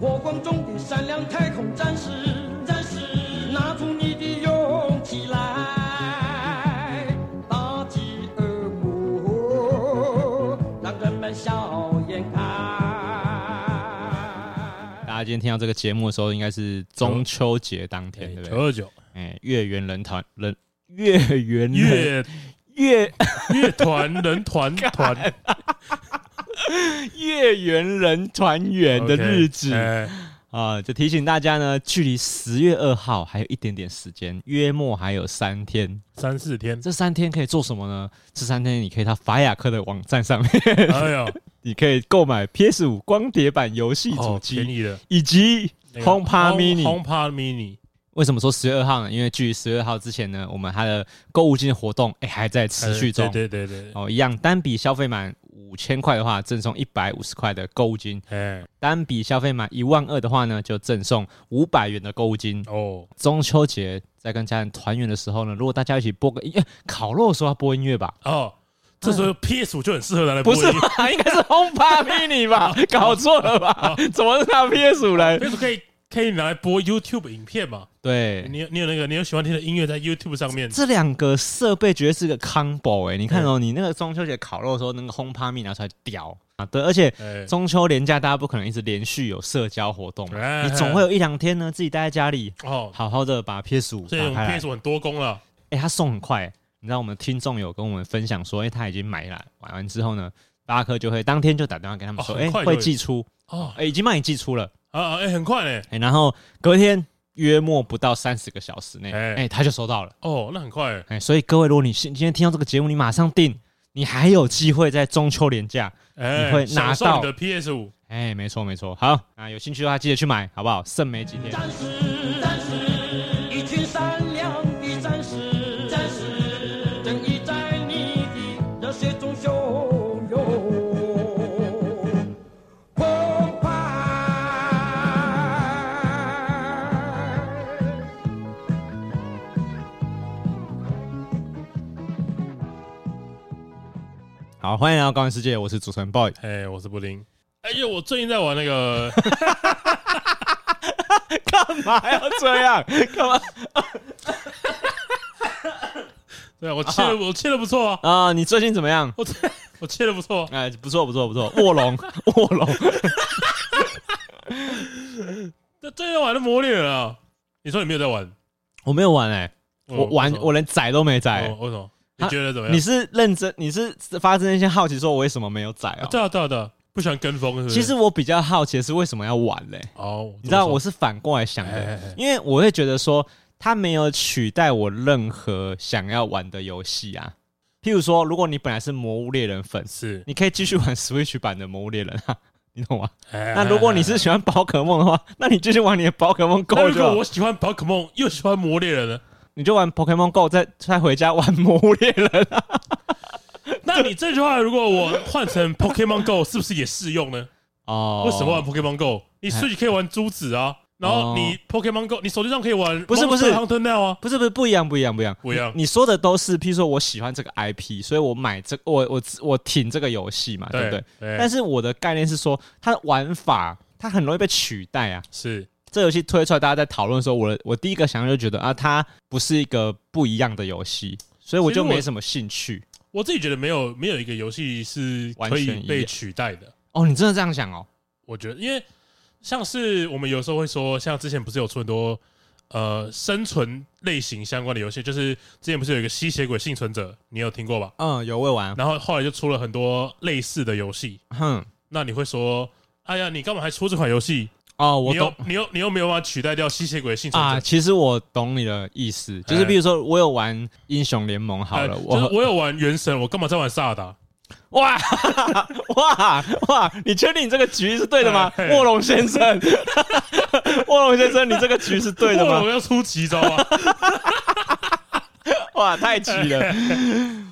火光中的闪亮太空战士，战士，拿出你的勇气来，打击恶魔，让人们笑颜开。大家今天听到这个节目的时候，应该是中秋节当天，哎对不哎九对？二九哎，月圆人团人月圆人乐月乐 团人团团月圆人团圆的 OK，日子哎啊，就提醒大家呢，距离十月二号还有一点点时间，约莫还有三天。三四天，这三天可以做什么呢？这三天你可以到法雅克的网站上面， 哎呦，你可以购买 PS 五光碟版游戏主哦，便机、宜了。以及 HomePod Mini。 HomePod Mini，为什么说十月二号呢？因为距离十月二号之前呢，我们它的购物金的活动哎、还在持续中。哎对对对对，对哦，一样，单笔消费满五千块的话，赠送一百五十块的购物金；哎单笔消费满一万二的话呢，就赠送五百元的购物金。哦，中秋节在跟家人团圆的时候呢，如果大家一起播个音乐，烤肉的时候要播音乐吧？哦，这时候 PS 五就很适合拿来播哎不音 是乐吧？应该是 HomePod Mini 吧？搞错了吧？怎么是拿 PS 五来？ ，PS 可以可以拿来播 YouTube 影片嘛？对，你有你有那个你有喜欢听的音乐在 YouTube 上面，这两个设备绝对是个 combo 哎、你看哦，你那个中秋节烤肉的时候，那个 HomePod Mini 拿出来屌啊，对，而且哎，中秋连假大家不可能一直连续有社交活动嘛，哎你总会有一两天呢自己待在家里，哦，好好的把 PS 五所以我打们开来 PS。很多功了，哎、他送很快、你知道我们听众有跟我们分享说，哎、他已经买了，买完之后呢，巴克就会当天就打电话跟他们说，哦哎、很快就会有寄出，哦哎、已经帮你寄出了，啊啊，哎，很快嘞，哎、然后隔天约莫不到三十个小时内，哎、哎他就收到了，哦，那很快欸，哎、所以各位，如果你现今天听到这个节目，你马上订，你还有机会在中秋连假。哎，你会拿享受到你的 PS 五，哎、没错没错，好啊，有兴趣的话记得去买，好不好？剩没几天。战士，战士，一群善良的战士，战士，正义在你的热血中汹涌澎湃。好，欢迎来到《高玩世界》，我是主持人 boy。哎，我是布丁。哎呦，我最近在玩那 个，干嘛要这样？干嘛对啊我切的我切的不错啊， 啊？你最近怎么样？我我切的不错啊，哎，不错不错不错，卧龙卧龙， 那最近在玩的魔猎人啊，你说你没有在玩？我没有玩哎、我玩为什么我连载都没载、哦哦为什么？啊你觉得怎么你样？是认真？你是发自内心好奇说，我为什么没有载啊啊？对啊对啊对啊，不喜欢跟风是不是？其实我比较好奇的是为什么要玩嘞、哦，你知道怎么我是反过来想哎哎的哎，因为我会觉得说它没有取代我任何想要玩的游戏啊。譬如说，如果你本来是《魔物猎人》粉丝，说是，你可以继续玩 Switch 版的《魔物猎人》啊， 你懂吗？那那如果你是喜欢宝可梦的话，那你继续玩你的宝可梦 Go 哎那就如好果我喜欢宝可梦又喜欢魔猎人呢？你就玩 Pokemon Go，再再回家玩魔物猎人 啊、那你这句话如果我换成 Pokemon Go 是不是也适用呢？哦为什么玩 Pokemon Go？你 Switch 可以玩珠子啊，然后你 Pokemon Go 你手机上可以玩，哦不是不是 h u n t e r Now 啊，不是不是不一样不一样不一样？不一样。你说的都是，譬如说我喜欢这个 IP，所以我买这我我我挺这个游戏嘛，对不啊对对？对，但是我的概念是说，它的玩法它很容易被取代啊。是这游戏推出来，大家在讨论的时候，我的我第一个想法就觉得啊，它不是一个不一样的游戏，所以我就其实我没什么兴趣。我自己觉得没有没有一个游戏是可完全以一被样取代的。哦，你真的这样想哦？我觉得，因为像是我们有时候会说，像之前不是有出很多呃生存类型相关的游戏，就是之前不是有一个吸血鬼幸存者，你有听过吧？嗯，有未玩，然后后来就出了很多类似的游戏，哼、那你会说，哎呀，你干嘛还出这款游戏？哦，我你懂又，你又你又没有办法取代掉吸血鬼幸啊，存者。其实我懂你的意思，就是比如说我有玩英雄联盟好哎了，就我是我有玩原神，我干嘛在玩萨尔达？ 哇哇哇，你确定你这个局是对的吗？哎卧龙先生， 卧龙先生，你这个局是对的哇吗 我？要出奇招啊！ 哇，太急了！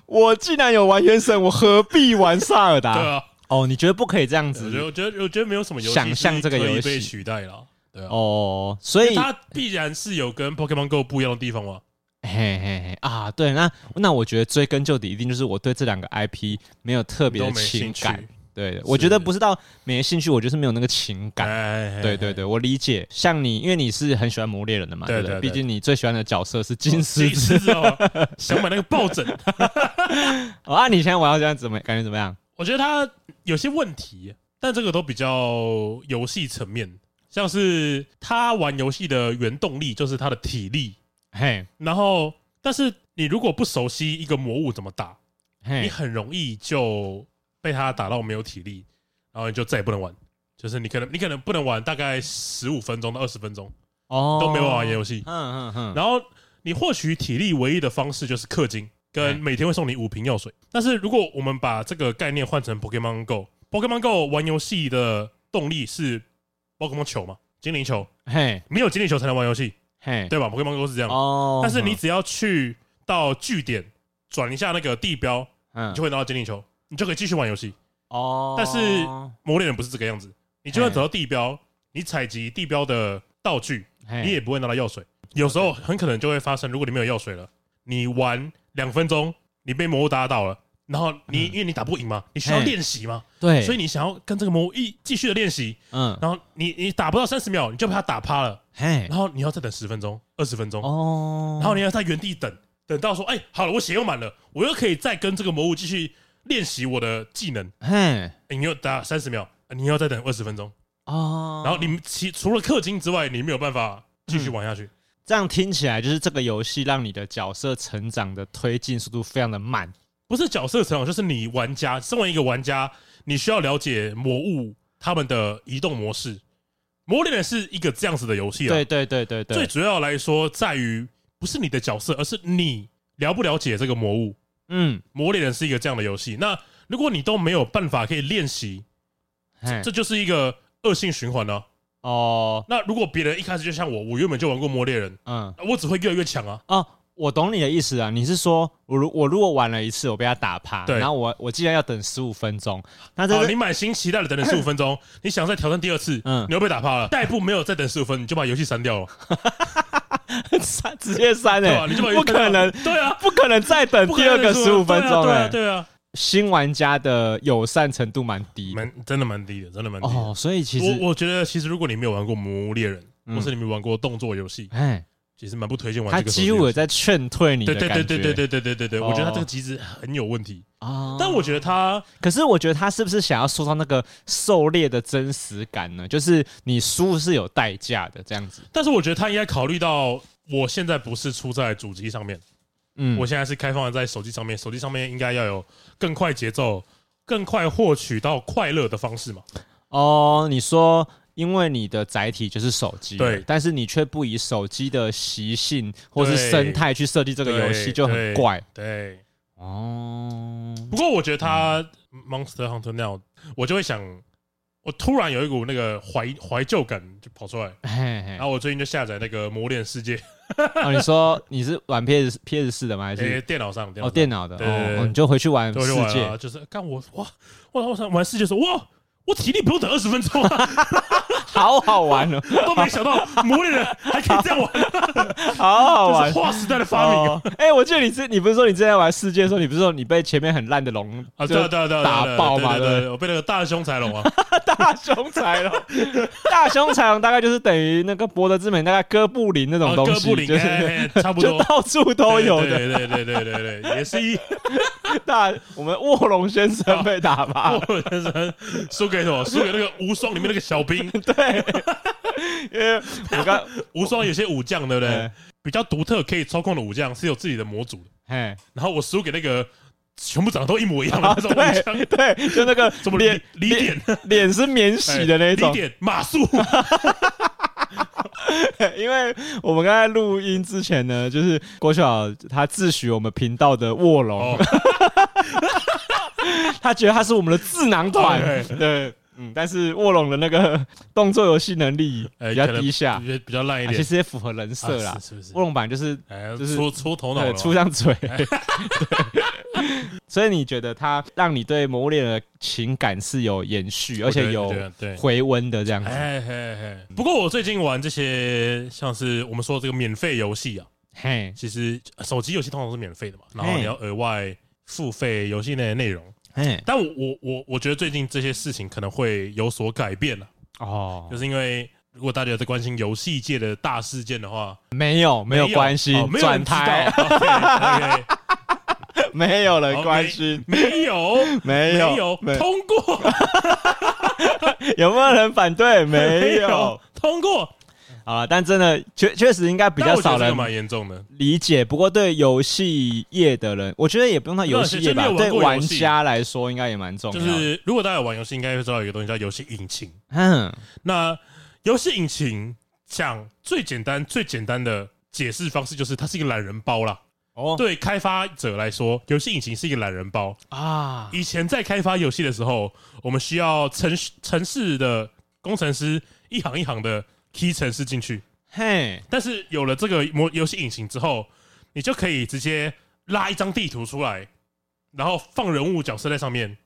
我既然有玩原神，我何必玩萨尔对达？啊，哦，你觉得不可以这样我觉得子？我觉得我觉得没有什么游戏想象这个是可以游戏被取代了。对啊，哦，所以它必然是有跟 Pokemon Go 不一样的地方嘛。嘿嘿嘿啊，对，那那我觉得追根究底，一定就是我对这两个 IP 没有特别都的没情兴趣感。对，我觉得不是到没兴趣，我就是没有那个情感。哎对对，对，我理解。像你，因为你是很喜欢《魔猎人》的嘛，对对不对？对毕对竟你最喜欢的角色是金狮狮子。子哦， 想买那个抱枕， 哦，啊，你现在玩到这样怎么感觉怎么样？我觉得它有些问题，但这个都比较游戏层面，像是他玩游戏的原动力就是他的体力，嘿，然后但是你如果不熟悉一个魔物怎么打，你嘿，很容易就被他打到没有体力，然后你就再也不能玩。就是你可能你可能不能玩大概十五分钟到二十分钟哦，都没办法玩游戏，嗯嗯嗯，然后你获取体力唯一的方式就是氪金，跟嗯每天会送你五瓶药水。但是如果我们把这个概念换成 Pokemon Go，Pokemon Go 玩游戏的动力是 Pokemon 球嘛，精灵球，嘿，没有精灵球才能玩游戏，嘿，对吧？Pokemon Go 是这样，哦，但是你只要去到据点转一下那个地标，嗯你就会拿到精灵球，你就可以继续玩游戏。哦，但是魔猎人不是这个样子，你就算走到地标，你采集地标的道具，你嘿，也不会拿到药水。有时候很可能就会发生，如果你没有药水了，你玩两分钟，你被魔物打倒了，然后你、因为你打不赢嘛，你需嗯要嘿练习嘛，对，所以你想要跟这个魔物一继续的练习，嗯，然后你你打不到三十秒，你就被他打趴了，嘿，然后你要再等十分钟、二十分钟，哦，然后你要在原地等，等到说，哎、好了，我血又满了，我又可以再跟这个魔物继续练习我的技能，嘿，哎你又打三十秒，你又要再等二十分钟，哦，然后你其除了氪金之外，你没有办法继续玩下嗯去。这样听起来就是这个游戏让你的角色成长的推进速度非常的慢，不是角色成长，就是你玩家身为一个玩家，你需要了解魔物他们的移动模式。魔猎人是一个这样子的游戏啊对，对对对最对，主要来说在于不是你的角色，而是你了不了解这个魔物。嗯，魔猎人是一个这样的游戏，那如果你都没有办法可以练习，嘿，这就是一个恶性循环呢、哦，那如果别人一开始就像我，我原本就玩过魔猎人，嗯，我只会越来越强啊。哦，我懂你的意思啊，你是说我如我如果玩了一次，我被他打趴，对然后我我既然要等十五分钟，那这好，是你满心期待的等了十五分钟，你想再挑战第二次，嗯你又被打趴了。下一步没有再等十五分，你就把游戏删掉了， 删直接删对吧、啊欸，你就把游戏不可删掉了能，对啊，不可能再等不可第能二个十五分钟对啊，哎，对啊，新玩家的友善程度蛮低对啊蛮真的蛮低的，真的蛮低的。哦，所以其实我我觉得其实如果你没有玩过《魔物猎人》，嗯或是你没有玩过动作游戏，哎，其实蛮不推荐玩他这个手机几游戏。乎有在劝退你的对对感觉，对对对对对对对对，哦我觉得他这个机制很有问题，啊但我觉得他可是我觉得他是不是想要塑造那个狩猎的真实感呢？就是你输是有代价的，这样子。但是我觉得他应该考虑到，我现在不是出在主机上面，嗯，我现在是开放在手机上面，手机上面应该要有更快节奏、更快获取到快乐的方式嘛。哦，你说因为你的载体就是手机，对但是你却不以手机的习性或是对生态去设计这个游戏，对就很对怪对，哦。不过我觉得他 Monster Hunter Now，我就会想，我突然有一股那个怀怀旧感就跑出来，嘿嘿然，后我最近就下载那个《魔炼世界》哦，你说你是玩 PS PS 四的吗？还诶，是哎电脑上，哦电电脑的？对对对哦，哦你就回去玩脑上对世我就玩界了，就是干我哇，我我想玩世界的时候哇。我体力不用等二十分钟啊！ 好好玩哦，我都没想到魔猎人还可以这样玩，好好这玩 是。划时代的发明啊！哦哎、我记得你之你不是说你之前在玩世界的时候，你不是说你被前面很烂的龙啊，就对啊对啊对啊，打对啊爆对嘛啊对啊对啊对对啊我被那个大胸才龙啊， 大凶财龙， 大凶财龙大概就是等于那个博德之门大概哥布林那种啊东哥西，布林就 哎是哎哎差不就多到处都有的。对对对对对对对，也是一大我们卧龙先生被打趴，我人生 输给什么？输给那个无双里面那个小兵， 对，因为我刚无双有些武将 对不对嗯？比较独特可以操控的武将是有自己的模组的， 哎，然后我输给那个全部长得都一模一样的啊那种武将，对对，就那个 什么脸李李 典哎脸是免洗的那李种，典马谡， 因为我们刚才录音之前呢，就是郭晓他自诩我们频道的卧龙哦， 他觉得他是我们的智囊团，哦 OK 对，嗯，但是卧龙的那个动作游戏能力 哎比较可能低下，比较比较烂一啊其点，实也符合人设啦啊。是是不是卧？龙版就是哎，就是出出头脑呃了，出张嘴， 对，所以你觉得它让你对《魔物猎人》的情感是有延续，而我觉得且有我觉得对回温的这样子？哎嘿嘿，不过我最近玩这些像是我们说这个免费游戏啊，嘿，嗯其实手机游戏通常是免费的嘛，然后嘿你要额外付费游戏内的内容。哎，但我我我我觉得最近这些事情可能会有所改变了，哦就，是因为如果大家有在关心游戏界的大事件的话，没有没有关系哦，没有转人知道台 OK，OK，没有人好关心，没有 没有有没通过有没有人反对？没有通过，好了，但真的确确实应该比但较我觉得少这个人蛮严重的。理解，不过对游戏业的人，我觉得也不用到游戏业吧没，有对真的有玩过玩游戏家来说应该也蛮重要就的。是如果大家有玩游戏，应该会知道有一个东西叫游戏引擎。嗯，那游戏引擎讲最简单、最简单的解释方式，就是它是一个懒人包啦。哦，对开发者来说，游戏引擎是一个懒人包。啊，以前在开发游戏的时候，我们需要城城市的工程师一行一行的 key 城市进去，嘿，但是有了这个模游戏引擎之后，你就可以直接拉一张地图出来，然后放人物角色在上面，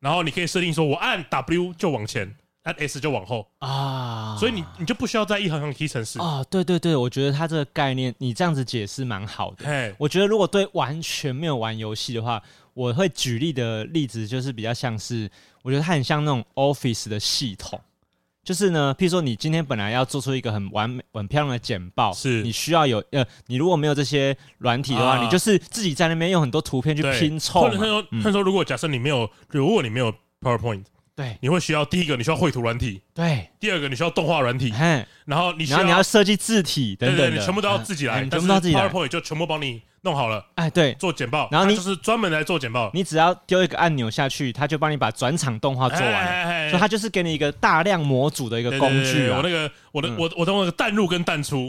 然后你可以设定说，我按 W 就往前，按 S 就往后，啊，所以你你就不需要在一行行 key 城市。啊，对对对，我觉得他这个概念，你这样子解释蛮好的。嘿，我觉得如果对完全没有玩游戏的话，我会举例的例子就是比较像是，我觉得它很像那种 Office 的系统。就是呢，譬如说你今天本来要做出一个很完美、很漂亮的简报，是你需要有呃，你如果没有这些软体的话，啊你就是自己在那边用很多图片去对拼凑或者他嘛。嗯说，他说，如果假设你没有，如果你没有 PowerPoint，对你会需要第一个你需要绘图软体，对，第二个你需要动画软体，嘿，然后你需然后要你要设计字体等对等对，的，你全部都要自己哎来，你但全是部都要自己来。 PowerPoint 就全部帮你弄好了，哎，对，做简报，然后它你就是专门来做简报，你只要丢一个按钮下去，它就帮你把转场动画做完了。了所以它就是给你一个大量模组的一个工具啊我。那个我的我我的那个弹入 跟弹出，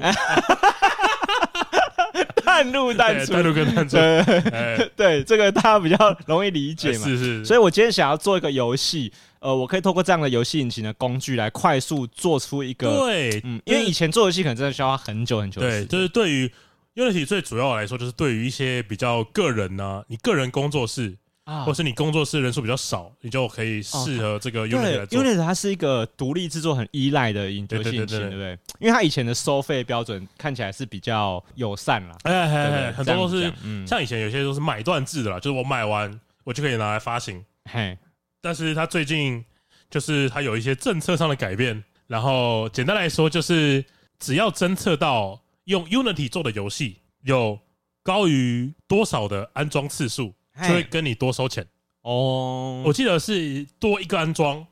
探路对弹入跟弹 出，对哎对，这个大家比较容易理解嘛。是是，所以以我今天想要做一个游戏，呃，我可以透过这样的游戏引擎的工具来快速做出一个，对，嗯，因为以前做游戏可能真的需要花很久很久的对，时就间。是对于 Unity 最主要来说，就是对于一些比较个人呢，你个人工作室啊哦或是你工作室人数比较少，你就可以适合这个 Unity 对来做。 ，Unity 它是一个独立制作很依赖的引游戏对对引对擎，对对不对？因为它以前的收费标准看起来是比较友善啦，哎对哎不哎，对很多都这是样子讲嗯，像以前有些都是买断制的啦，就是我买完我就可以拿来发行。嘿，但是它最近就是它有一些政策上的改变，然后简单来说就是，只要侦测到用 Unity 做的游戏有高于多少的安装次数，嘿就会跟你多收钱。哦，我记得是多一个安装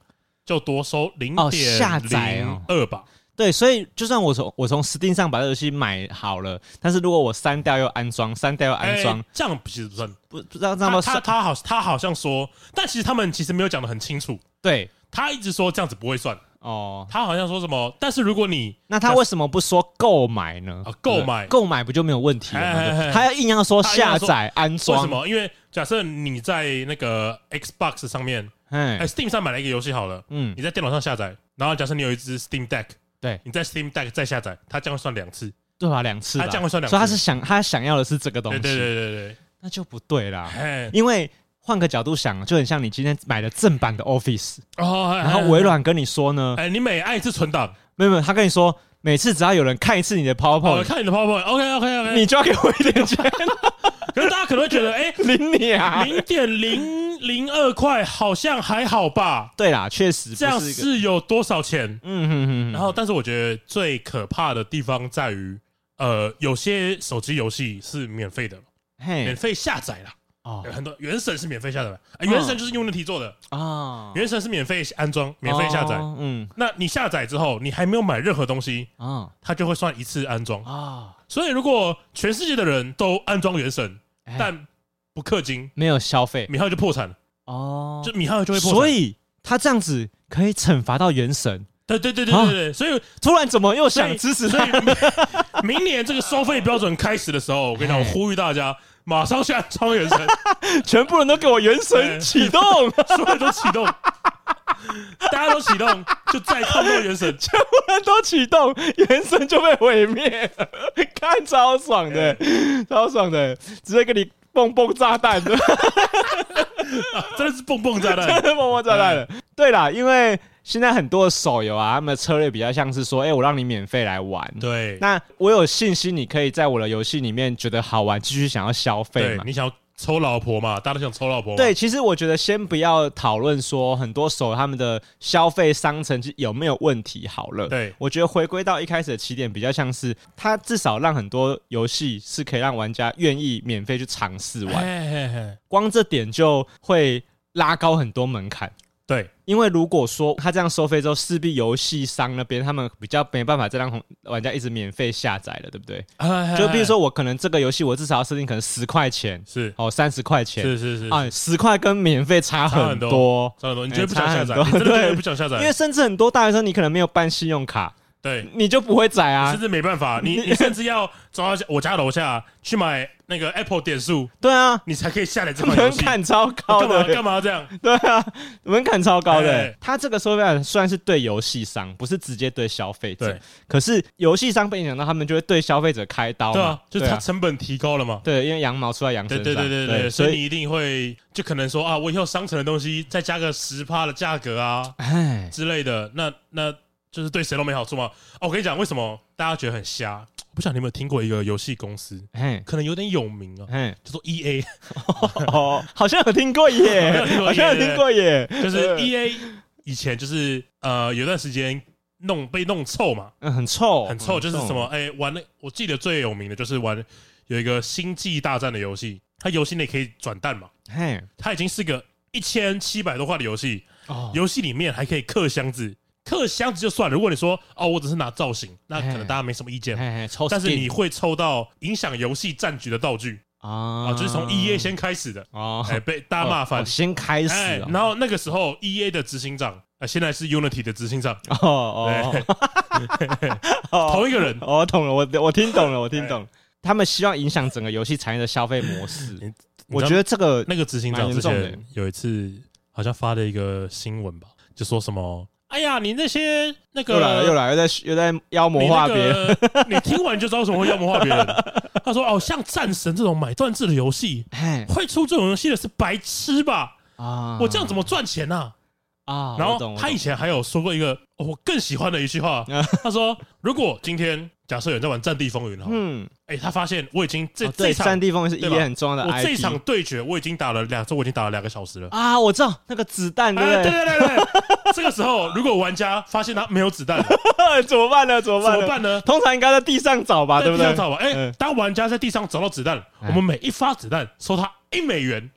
就多收零哦下点载零哦二吧，对，所以就算我从我从 Steam 上把这游戏买好了，但是如果我删掉又安装，删掉又安装，哎这样其实不算。不不知道那他么他他好他好像说，但其实他们其实没有讲的很清楚，对他一直说这样子不会算，哦。他好像说什么，但是如果你那他为什么不说购买呢啊？购买购买不就没有问题了吗？哎哎哎对他要硬要说他硬下要说载安为装，什？么？因为假设你在那个 Xbox 上面，哎、哎， s t e a m 上买了一个游戏好了，嗯，你在电脑上下载，然后假设你有一只 Steam Deck，对你在 Steam Deck 再下载，它将会算两次。对吧？两次吧，他这样会算两次所以他是想他想要的是这个东对西，对对对哎那就不对对，啦。嘿，因为换个角度想，就很像你今天买的正版的 Office，哦，然后微围绕，软跟你说呢，哎，你每按一次存档，没有没有，他跟你说每次只要有人看一次你的哦， PowerPoint，看你的 PowerPoint，OK OK OK，你就要给我一点钱，可是大家可能会觉得，哎，领你啊！零点零零二块好像还好吧？对啦，确实不这样是一个，是有多少钱？嗯哼哼，然后，但是我觉得最可怕的地方在于，呃，有些手机游戏是免费的，免嘿费下载啦。嗯哦有很多原神是免费下载的，哎嗯原神就是 Unity 做的，啊，原神是免费安装、免费下载。哦，嗯那你下载之后，你还没有买任何东西，啊它就会算一次安装。啊，所以，如果全世界的人都安装原神，哎但不氪金，没有消费米浩就破产了，哦，就米浩就会破产。所，以他这样子可以惩罚到原神，对对对对对啊对，所以突然怎么又所以想支持所他？以明 年这个收费标准开始的时候，我跟你哎讲，我呼吁大家马上去安装 原神，全部人都给我原神哎启动，所有人都启动，大家都启动，就再看不到原神。 全部人都启动，原神就被毁灭 了，看超爽的，超爽的，直接给你蹦蹦炸弹的。真的是蹦蹦炸真 弹。的默默炸弹 了。对啦，因为现在很多的手游啊，他们的策略比较像是说，哎、我让你免费来玩。对，那我有信心，你可以在我的游戏里面觉得好玩，继续想要消费对嘛？你想要啊抽老婆嘛，大家都想抽老婆嘛。对，其实我觉得先不要讨论说很多手他们的消费商城有没有问题好了。对我觉得回归到一开始的起点，比较像是它至少让很多游戏是可以让玩家愿意免费去尝试嘿， 玩，嘿嘿嘿光这点就会拉高很多门槛。对，因为如果说他这样收费之后，势必游戏商那边他们比较没办法再让红玩家一直免费下载了，对不对？哎就比如说我可能这个游戏我至少要设定可能十块钱，哎是哦三十块钱，是是是，啊，十块跟免费差差很很多多，差很多，你觉得不想哎差下很载，多你真的觉得对不想下因为载，甚至很多大学生你可能没有办信用卡，对，你就不会载啊甚。至没办 法，你你甚至要走到我家楼下去买那个 Apple 点数，对啊，你才可以下载这款游门戏。槛超高干嘛的，干嘛这样？ 对啊，门槛超高的哎。他这个收费案虽然是对游戏商，不是直接对消费者对，可是游戏商被影响到，他们就会对消费者开刀对嘛啊，，就是对它成本提高了嘛。对，因为羊毛出在羊身对上，对对对对，对，所所以你一定会就可能说啊，我以后商城的东西再加个十趴的价格啊哎，之类的，那那就是对谁都没好处嘛。哦，我跟你讲，为什么大家觉得很瞎？我不晓得你有没有听过一个游戏公司，哎可能有点有名啊，哎，叫做 E A，哦， 好像有听过耶，好好像像有有听听过过耶，就是一 E A 以前就是呃有段时间弄被弄臭嘛，嗯哦很臭，很臭，就是什么哎、玩那我记得最有名的就是玩有一个《星际大战》的游戏，它游戏内可以转蛋嘛，嘿，它已经是个一千七百多块的游戏，哦，游戏里面还可以刻箱子，刻箱子就算了。如果你说哦，我只是拿造型，那可能大家没什么意见。嘿嘿，抽 skin，但是你会抽到影响游戏战局的道具啊啊，就是从 E A 先开始的，哦，哎，被大家骂翻哦。先开始哎，哦，然后那个时候 E A 的执行长，啊，现在是 Unity 的执行长，哦哦 哦，同一哎个人，哦，我懂了，我我听懂了，我听懂了，他们希望影响整个游戏产业的消费模式你，我觉得这个那个执行长蛮之严重前有一次好像发了一个新闻吧，就说什么：“哎呀，你那些那个又来了，又来了，又在又在妖魔化别人，你那个 你听完就知道为什么会妖魔化别人。”他说：“哦，像战神这种买断制的游戏，嘿会出这种游戏的是白痴吧？啊，我这样怎么赚钱呐、啊？然我懂我后他懂以前还有说过一个、哦我更喜欢的一句 啊，话他说：“如果今天假设有人在玩《战地风云》哈，嗯，哎，他发现我已经这哦这对，一《战场地风云》是对 E 吧 A 很重要的我 IP，这一场对决我已经打了两周，我已经打了两个小时了。”啊，我知道那个子弹，对哎，不对对？对对对，这个时候如果玩家发现他没有子弹， 怎怎么办呢？怎么办么呢？办呢？通常应该在地上找吧，对不在对地上？找吧。哎嗯，当玩家在地上找到子弹，哎我们每一发子弹收他一 美元，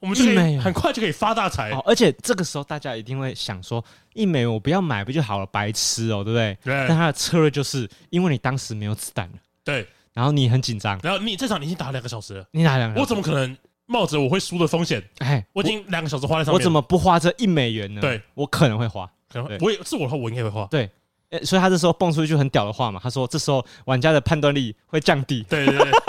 我们就可一美以元很快就可以发大财。哦，而且这个时候大家一定会想说，一美我不要买不就好了，白痴哦，对不对？ 对但他的策略就是因为你当时没有子弹了，对，然后你很紧张，然后你这场你已经打了两个小时了，你哪两个？我怎么可能冒着我会输的风险？哎，我已经两个小时花在上我面，我怎么不花这一美元呢？对，我可能会花。可能会对我也是我的话，我应该会花。对，哎所以他这时候蹦出一句很屌的话嘛，他说这时候玩家的判断力会降低。对 对对，对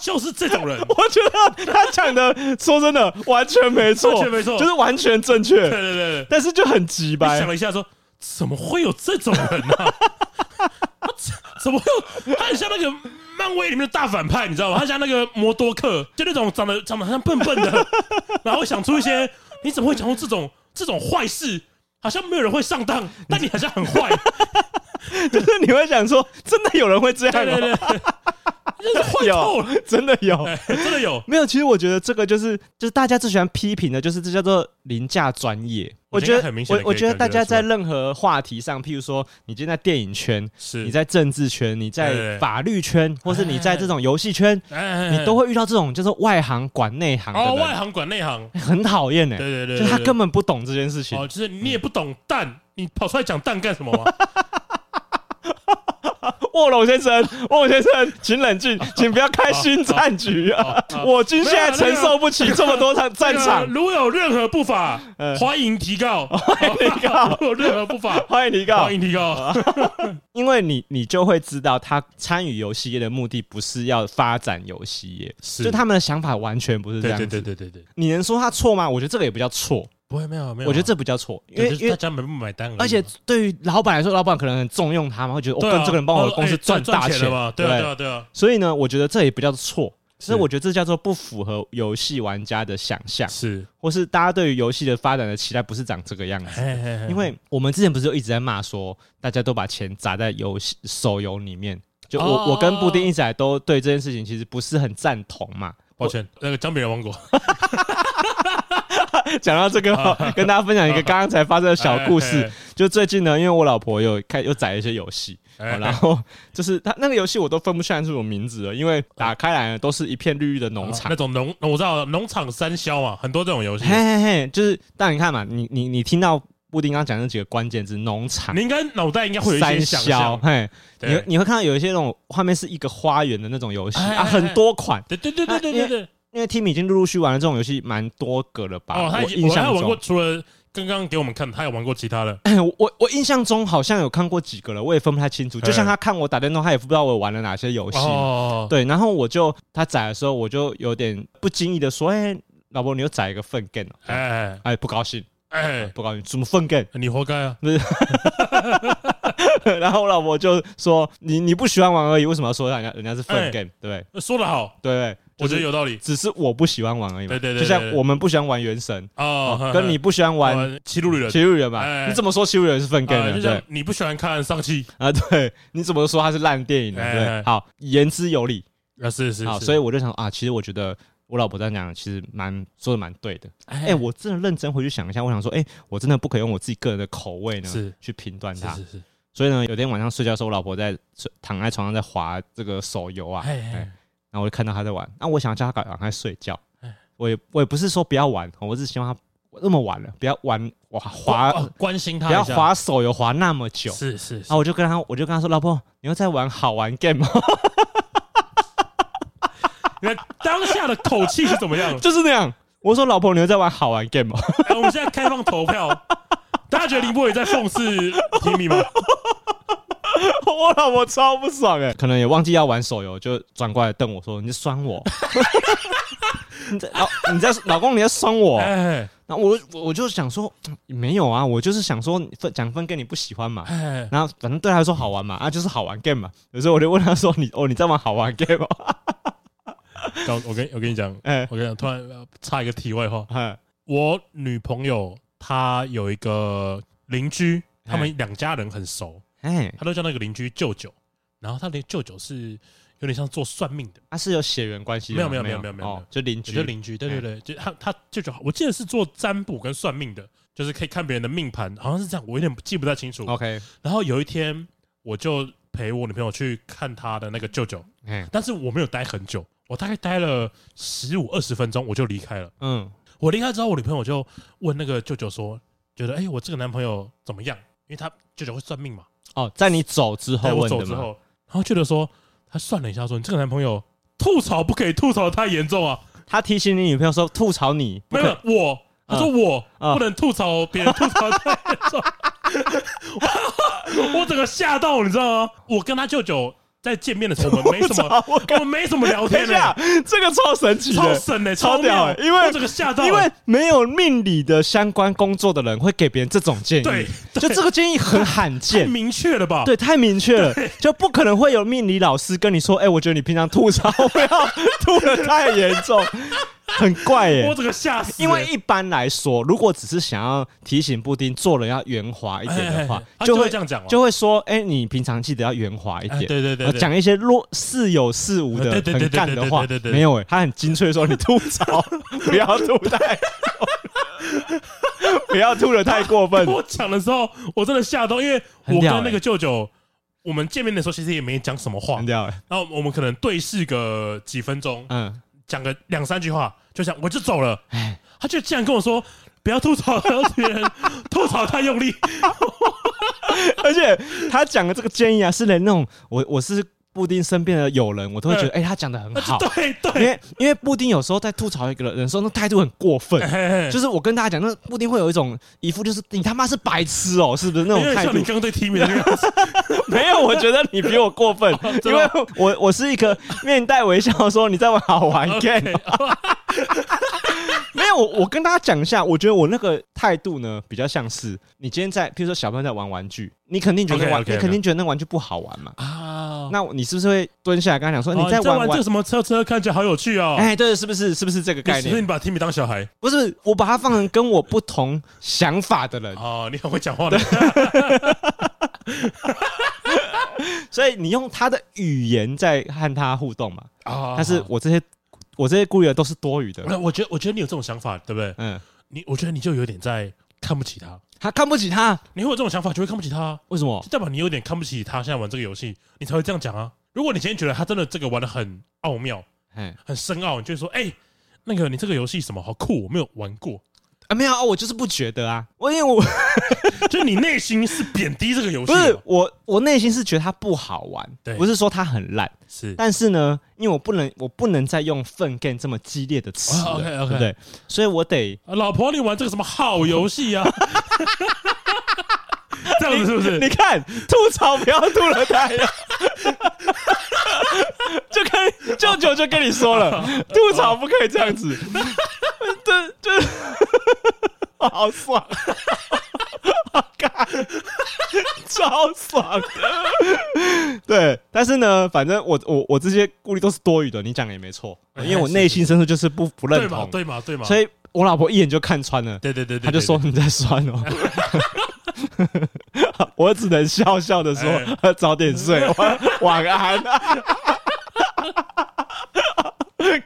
就是这种人，我觉得他讲的，说真的，完全没错，完全没错就是完全正对确，对对对。但是就很急我白想。了一下说，怎么会有这种 人呢、啊？怎么会有？他很像那个漫威里面的大反派，你知道吗？他像那个摩多克，就那种长得长得很像笨笨 的，然后想出一些，你怎么会讲出这种这种坏事？好像没有人会上当，但你好像很坏， 就是你会想说，真的有人会这样对对吗？对，对真的坏透有了，，真的有。哎真的有。没有，其实我觉得这个就是就是大家最喜欢批评的，就是这叫做凌驾专业。我我觉觉得得很明显我地我可以觉得感觉大家得出来在任何话题上，譬如说你今天在电影圈，是你在政治圈，你对对在对法律圈，或是你在这种游戏圈，哎你都会遇到这种就是外行管内行哦，的外人，行管内行，很讨厌哎。对对对，就是他对根本不懂这件事情哦，，就是你也不懂蛋，你跑出来讲蛋干 什么嘛？卧龙先生， 卧龙先生，请冷 静，请不要开新战局哦啊！ 我军现在承受不起这么多场战那个场，如果有任何不法呃，欢迎 提告。欢迎提 告，如果有任何不法，欢迎你告欢。迎提 告。因为你你就会知道，他参与游戏业的目的不是要发展游戏业，是就他们的想法完全不是这对样对子。对对对对，你能说他错吗？我觉得这个也不叫错，不会没有没有，我觉得这不叫错，因对为就是因大为家买不买单而已嘛，而且对于老板来说，老板可能很重用他嘛，会觉得我对啊跟这个人帮我的哦公司哎赚大钱了嘛，对啊对啊对啊，所以呢，我觉得这也不叫错，所以是我觉得这叫做不符合游戏玩家的想象，是，或是大家对于游戏的发展的期待不是长这个样子。嘿嘿嘿因为我们之前不是就一直在骂说，大家都把钱砸在游戏手游里面。就我、哦我跟布丁一直以来都对这件事情其实不是很赞同嘛，抱歉，那个江别人王国，讲到这个，哦 跟大家分享一个刚刚才发生的小故哎事。就最近呢，因为我老婆有开又载了一些游戏，哎，哎哦然后就是它那个游戏我都分不出来是什么名字了，因为打开来呢都是一片绿绿的农场那。种农，我知道农场三消嘛，很多这种游戏嘿。嘿嘿，就是但你看嘛，你你你听到布丁刚讲那几个关键字，农场你、应该脑袋应该会有一三些想消，象，嘿，你会对你会看到有一些那种画面是一个花园的那种游戏哎啊，哎哎很多款。对对对对对对对。因为 Tim 已经陆陆续玩了这种游戏蛮多个了吧？哦，他已我经印我还有象玩过，中，除了刚刚给我们看，他有玩过其他的。哎我我我印象中好像有看过几个了，我也分不太清楚。就像他看我打电动，他也不知道我玩了哪些游戏。哦，对，然后我就他载的时候，我就有点不经意的说：“哎、老婆，你又载一个粪 game 了。”哎哎哎，不高兴，哎，不高兴，什么粪 game？你活该啊！ 然后我老婆就说：“你你不喜欢玩而已，为什么要说人家人家是粪哎 game？、对说得好，对对，我就觉得是有道理只是我不喜欢玩而已嘛。对对对就像对对我们不喜欢玩原神，哦哦，跟你不喜欢玩玩骑路旅人，七路人嘛，哎你怎么说七路人是粪 game 啊呢？就对像你不喜欢看上汽，啊，对，你怎么说它是烂电影呢？哎对，哎好，言之有理。啊是是好，是所以我就想啊，其实我觉得我老婆这样讲，其实蛮说的蛮对的。哎、哎我真的认真回去想一下，我想说，哎、我真的不可以用我自己个人的口味呢，是去评断是它。是是，所以呢，有天晚上睡觉的时候，我老婆在躺在床上在划这个手游啊，哎哎然后我就看到她在玩，那、我想要叫她赶赶快睡觉哎，我也我也不是说不要玩，我只是希望她那么晚了，不要玩哇划，哦关心他不一要下，划手游划那么久。是是然后我就跟她，我就跟她说，老婆，你又在玩好玩 game 哦吗？？那当下的口气是怎么样 就是那样。我说，老婆，你又在玩好玩 game 哦吗？ 哎，我们现在开放投票，大家觉得林博也在讽刺 Timmy 吗？我老婆超不爽哎、可能也忘记要玩手游，就转过来瞪我说：“你在酸我？ 你在老你在老公你在酸我 哎？”然后我我我就想说嗯没有啊，我就是想说你分讲分跟你不喜欢嘛。哎，然后反正对他来说好玩嘛，啊就是好玩 game 嘛。有时候我就问他说：“你哦你在玩好玩 game 吗刚我跟我跟你讲，？”哎我跟你讲，突然呃插一个题外话，哎我女朋友她有一个邻居，哎他们两家人很熟，哎，她都叫那个邻居舅舅。然后她连舅舅是有点像做算命的，他啊是有血缘关系的没有吗没有没有没有没有没哦有就邻就居哎是邻居，对对对，就他他舅舅好，我记得是做占卜跟算命的，就是可以看别人的命盘，好像是这样，我有点记不太清楚。 OK 然后有一天，我就陪我女朋友去看她的那个舅舅，哎但是我没有待很久，我大概待了十五二十分钟，我就离开了。嗯我离开之后，我女朋友就问那个舅舅说，觉得哎、我这个男朋友怎么样？因为他舅舅会算命嘛，哦，在你走之后在我问走的之嘛，后，然后舅舅说，他算了一下说，你这个男朋友吐槽不可以吐槽得太严重啊，他提醒你女朋友说吐槽你，不没可有我，他说我、嗯不能吐槽别人吐槽得太严重， 我我整个吓到，你知道吗？我跟他舅舅在见面的时候，我们没什么，我我们没什么聊等一天的、欸下，这个超神奇超的，神的、超超屌妙欸因为我整个吓到欸，因为没有命理的相关工作的人会给别人这种建对议，就这个建议很罕太见。明确了吧？对，太明确了，就不可能会有命理老师跟你说：“哎、我觉得你平常吐槽不要吐的太严 重，很怪耶、我整个吓死欸、因为一般来说，如果只是想要提醒布丁做人要圆滑一点的话哎哎哎，他就就会会这样讲哦，就会说：“哎、你平常记得要圆滑一哎点。对对对呃对，讲一些若似有似无的呃对对对很干的话对对对对对，对没有哎、他很精粹地说你吐槽， 不要吐太，不要吐的太过分。 我讲的时候，我真的吓到，因为很我屌跟那欸个舅舅，我们见面的时候其实也没讲什么话很，掉哎，然后我们可能对视个几分钟，嗯，讲个两三句话，就想我就走了。哎他就竟然跟我说不要吐槽别人，吐槽太用力。 而且他讲的这个建议啊，是连那种我我是布丁身边的友人，我都会觉得嗯哎、他讲的很好，对因对，为因为布丁有时候在吐槽一个人的时候，那态度很过分。哎就是我跟大家讲，那布丁会有一种一副就是你他妈是白痴哦、是不是那有种点态像度你？刚刚对 Timmy 的那个 样子，没有，我觉得你比我过 分，因真的为吗我我是一个面带微笑说你在 玩好玩 game，没有，我我跟大家讲一下，我觉得我那个态度呢，比较像是你今天在，譬如说小朋友在玩玩具，你肯定觉得 OK，OK，玩 OK，你肯定觉得那玩具不好玩嘛，啊。那你是不是会蹲下来跟他讲说哦哦在你在玩玩这个什么车车，看起来好有趣哦。哎，对，是不是是不是这个概你是不是念？你把 Timmy 当小孩不是，我把它放成跟我不同想法的人，哦，你很会讲话的。 所以你用他的语言在和他互动嘛。啊但是我这些我这些顾虑的都是多余的。我我觉得我觉得你有这种想法，对不对？嗯，你我觉得你就有点在看不起他，他看不起他，你会有这种想法就会看不起他啊，为什么就？代表你有点看不起他现在玩这个游戏，你才会这样讲啊。如果你今天觉得他真的这个玩的很奥妙、哎，很深奥，你就会说，哎、那个你这个游戏什么好酷，我没有玩过，啊，没有啊，我就是不觉得啊，我因为我就是你内心是贬低这个游戏不是的，我，我内心是觉得它不好玩对，不是说它很烂，是但是呢，因为我不能，我不能再用“粪 g 这么激烈的词啊了，对，OK，OK 不对？所以我得啊老婆，你玩这个什么好游戏啊？ 这样子是不你是？看，吐槽不要吐了太阳， 就跟舅舅就跟你说 了，吐槽不可以这样 子，这这 好爽， 好干，超爽 的对，但是呢，反正我我我这些顾虑都是多余的，你讲的也没错，哎因为我内心深处就是不不认对嘛，同，对嘛，对嘛。所以我老婆一眼就看穿了。对对对对，他就对说对你在酸哦。 我只能笑笑的哎说早点睡，晚晚安。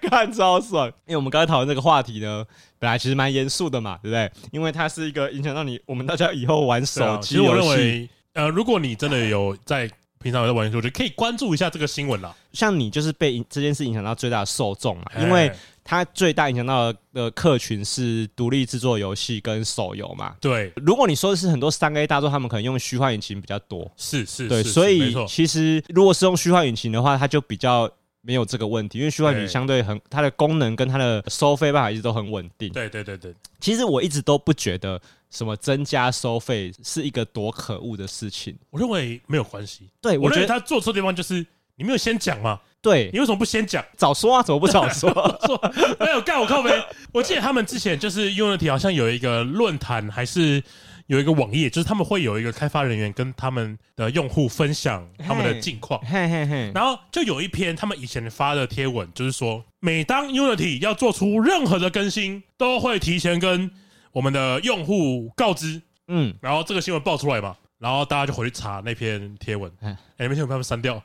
看超爽，因为我们刚才讨论这个话题呢，本来其实蛮严肃的嘛，对不对？因为它是一个影响到你我们大家以后玩对啊手其机实我游认戏，为，呃，如果你真的有在平常有在玩游戏，我觉得可以关注一下这个新闻啦。像你就是被影这件事影响到最大的受众嘛，因为哎它最大影响到的客群是独立制作游戏跟手游嘛。对，如果你说的是很多三 A 大作，他们可能用虚幻引擎比较多，是是，对，是所是没以错其实如果是用虚幻引擎的话，它就比较没有这个问题，因为虚幻引擎对相对很它的功能跟它的收费办法一直都很稳定。对对对对，其实我一直都不觉得什么增加收费是一个多可恶的事情。我认为没有关系。对，我我认觉为得他做错的地方就是你没有先讲嘛，对你，为什么不先讲？ 早说啊，怎么不早说？说没有干我靠没？我记得他们之前就是 Unity 好像有一个论坛，还是有一个网页，就是他们会有一个开发人员跟他们的用户分享他们的近况。嘿嘿嘿，然后就有一篇他们以前发的贴文，就是说，每当 Unity 要做出任何的更新，都会提前跟我们的用户告知。嗯，然后这个新闻爆出来嘛，然后大家就回去查那篇贴文，哎、嗯那篇贴文被他们删 掉。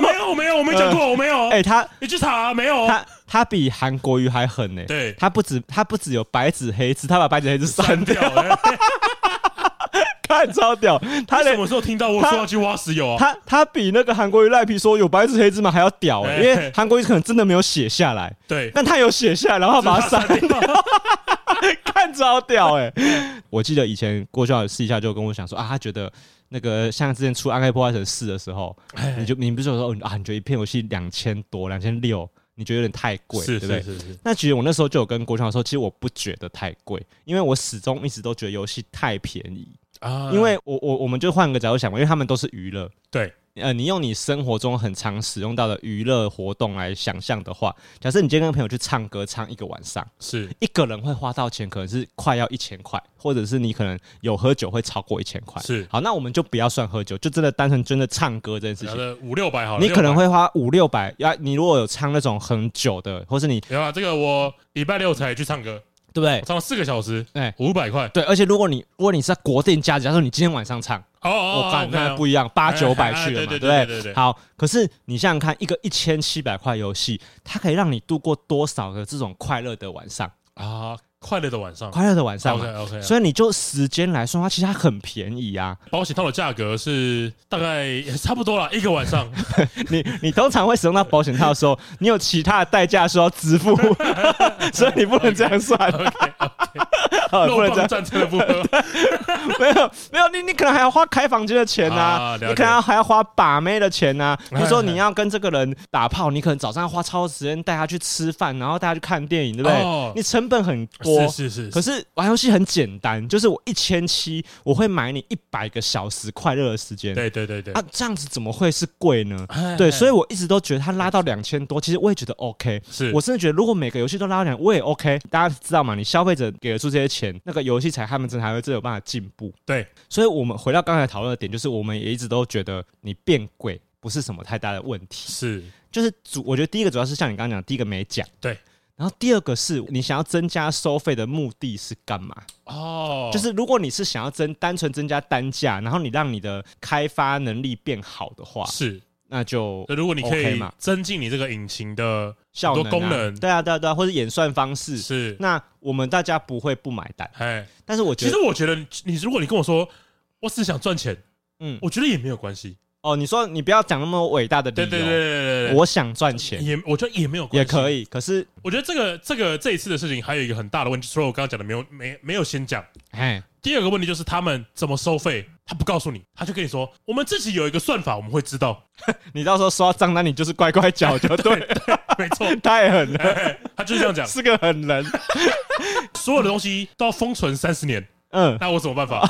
没有，我没有，我没讲过，我没有。哎，他你去查、没有？他他比韩国瑜还狠呢。对他不止他不只有白纸黑字，他把白纸黑字删删掉掉，。哎看超屌，他他连什么时候听到我说要去挖石油啊？他他比那个韩国瑜赖皮说有白纸黑字吗还要屌哎、因哎为韩国瑜可能真的没有写下 来，对，但他有写下来，然后他把它删，掉。 看着好屌哎、我记得以前郭校私底下就跟我讲说啊，他觉得那个像之前出《暗黑破坏神四》的时候，哎你就你不是有说啊，你觉得一片游戏两千多、两千六，你觉得有点太贵，对是不对是？是是，那其实我那时候就有跟郭校说，其实我不觉得太贵，因为我始终一直都觉得游戏太便宜。啊因为我我我们就换个角度想嘛，因为他们都是娱乐，对，呃，你用你生活中很常使用到的娱乐活动来想象的话，假设你今天跟朋友去唱歌，唱一个晚上，是一个人会花到钱，可能是快要一千块，或者是你可能有喝酒会超过一千块。是好，那我们就不要算喝酒，就真的单纯真的唱歌这件事聊情。的五六百好了，你可能600。会花五六百，要你如果有唱那种很久的，或是你有啊，这个我礼拜六才去唱歌，对不对我？唱了四个小时，哎五百块。对，而且如果你如果你是在国定假日，假如说你今天晚上唱，哦哦，我看那不一一样，八九百哎哎去了哎嘛，对对对不对对对对好，可是你想想看，一个一千七百块游戏，它可以让你度过多少个这种快乐的晚上？啊，快乐的晚上，快乐的晚上嘛 OK OK，所以你就时间来算，它其实它很便宜啊。保险套的价格是大概 也差不多啦，一个晚 上。 你你通常会使用到保险套的时候，你有其他的代价需要支付， 所以你不能这样算，啊 OK，不肉能这棒样，战车的 部分，没有没有，你你可能还要花开房间的钱啊呐、了解你可能还要花把妹的钱 呐、比如说你要跟这个人打炮，你可能早上要花超多时间带他去吃饭，然后带他去看电影，对不对？哦你成本很多。是是可是，是玩游戏很简单，就是我一千七，我会买你一百个小时快乐的时间。对对对对啊，这样子怎么会是贵呢？哎对，所以我一直都觉得它拉到两千多，其实我也觉得 OK。是我甚至觉得如果每个游戏都拉到两，我也 OK。大家知道嘛？你消费者给得出这些钱，那个游戏才他们真的还会真的有办法进步。对，所以我们回到刚才讨论的点，就是我们也一直都觉得你变贵不是什么太大的问题，是就是主我觉得第一个主要是像你刚刚讲，第一个没讲，对。然后第二个是你想要增加收费的目的是干嘛？哦，就是如果你是想要增单纯增加单价，然后你让你的开发能力变好的话，是那就那如果你可 OK 以嘛增进你这个引擎的效能、啊、很多功能对啊，对啊，对啊，或者演算方式，是，那我们大家不会不买单。哎，但是我觉其得，实我觉得你你如果你跟我说我只想赚钱，嗯，我觉得也没有关系。哦，你说你不要讲那么伟大的理对由，对对对对对，嗯我想赚钱也我觉得也没有关也系，可。以，可是我觉得这个这个这一次的事情还有一个很大的问题，除了我刚刚讲的没有没没有先讲，哎，第二个问题就是他们怎么收费，他不告诉你，他就跟你说我们自己有一个算法，我们会知道。 你到时候刷账单，你就是乖乖缴就对了，没 错，太狠了，哎他就是这样讲，是个狠 人。所有的东西都要封存三十年，嗯，那我怎么办 法？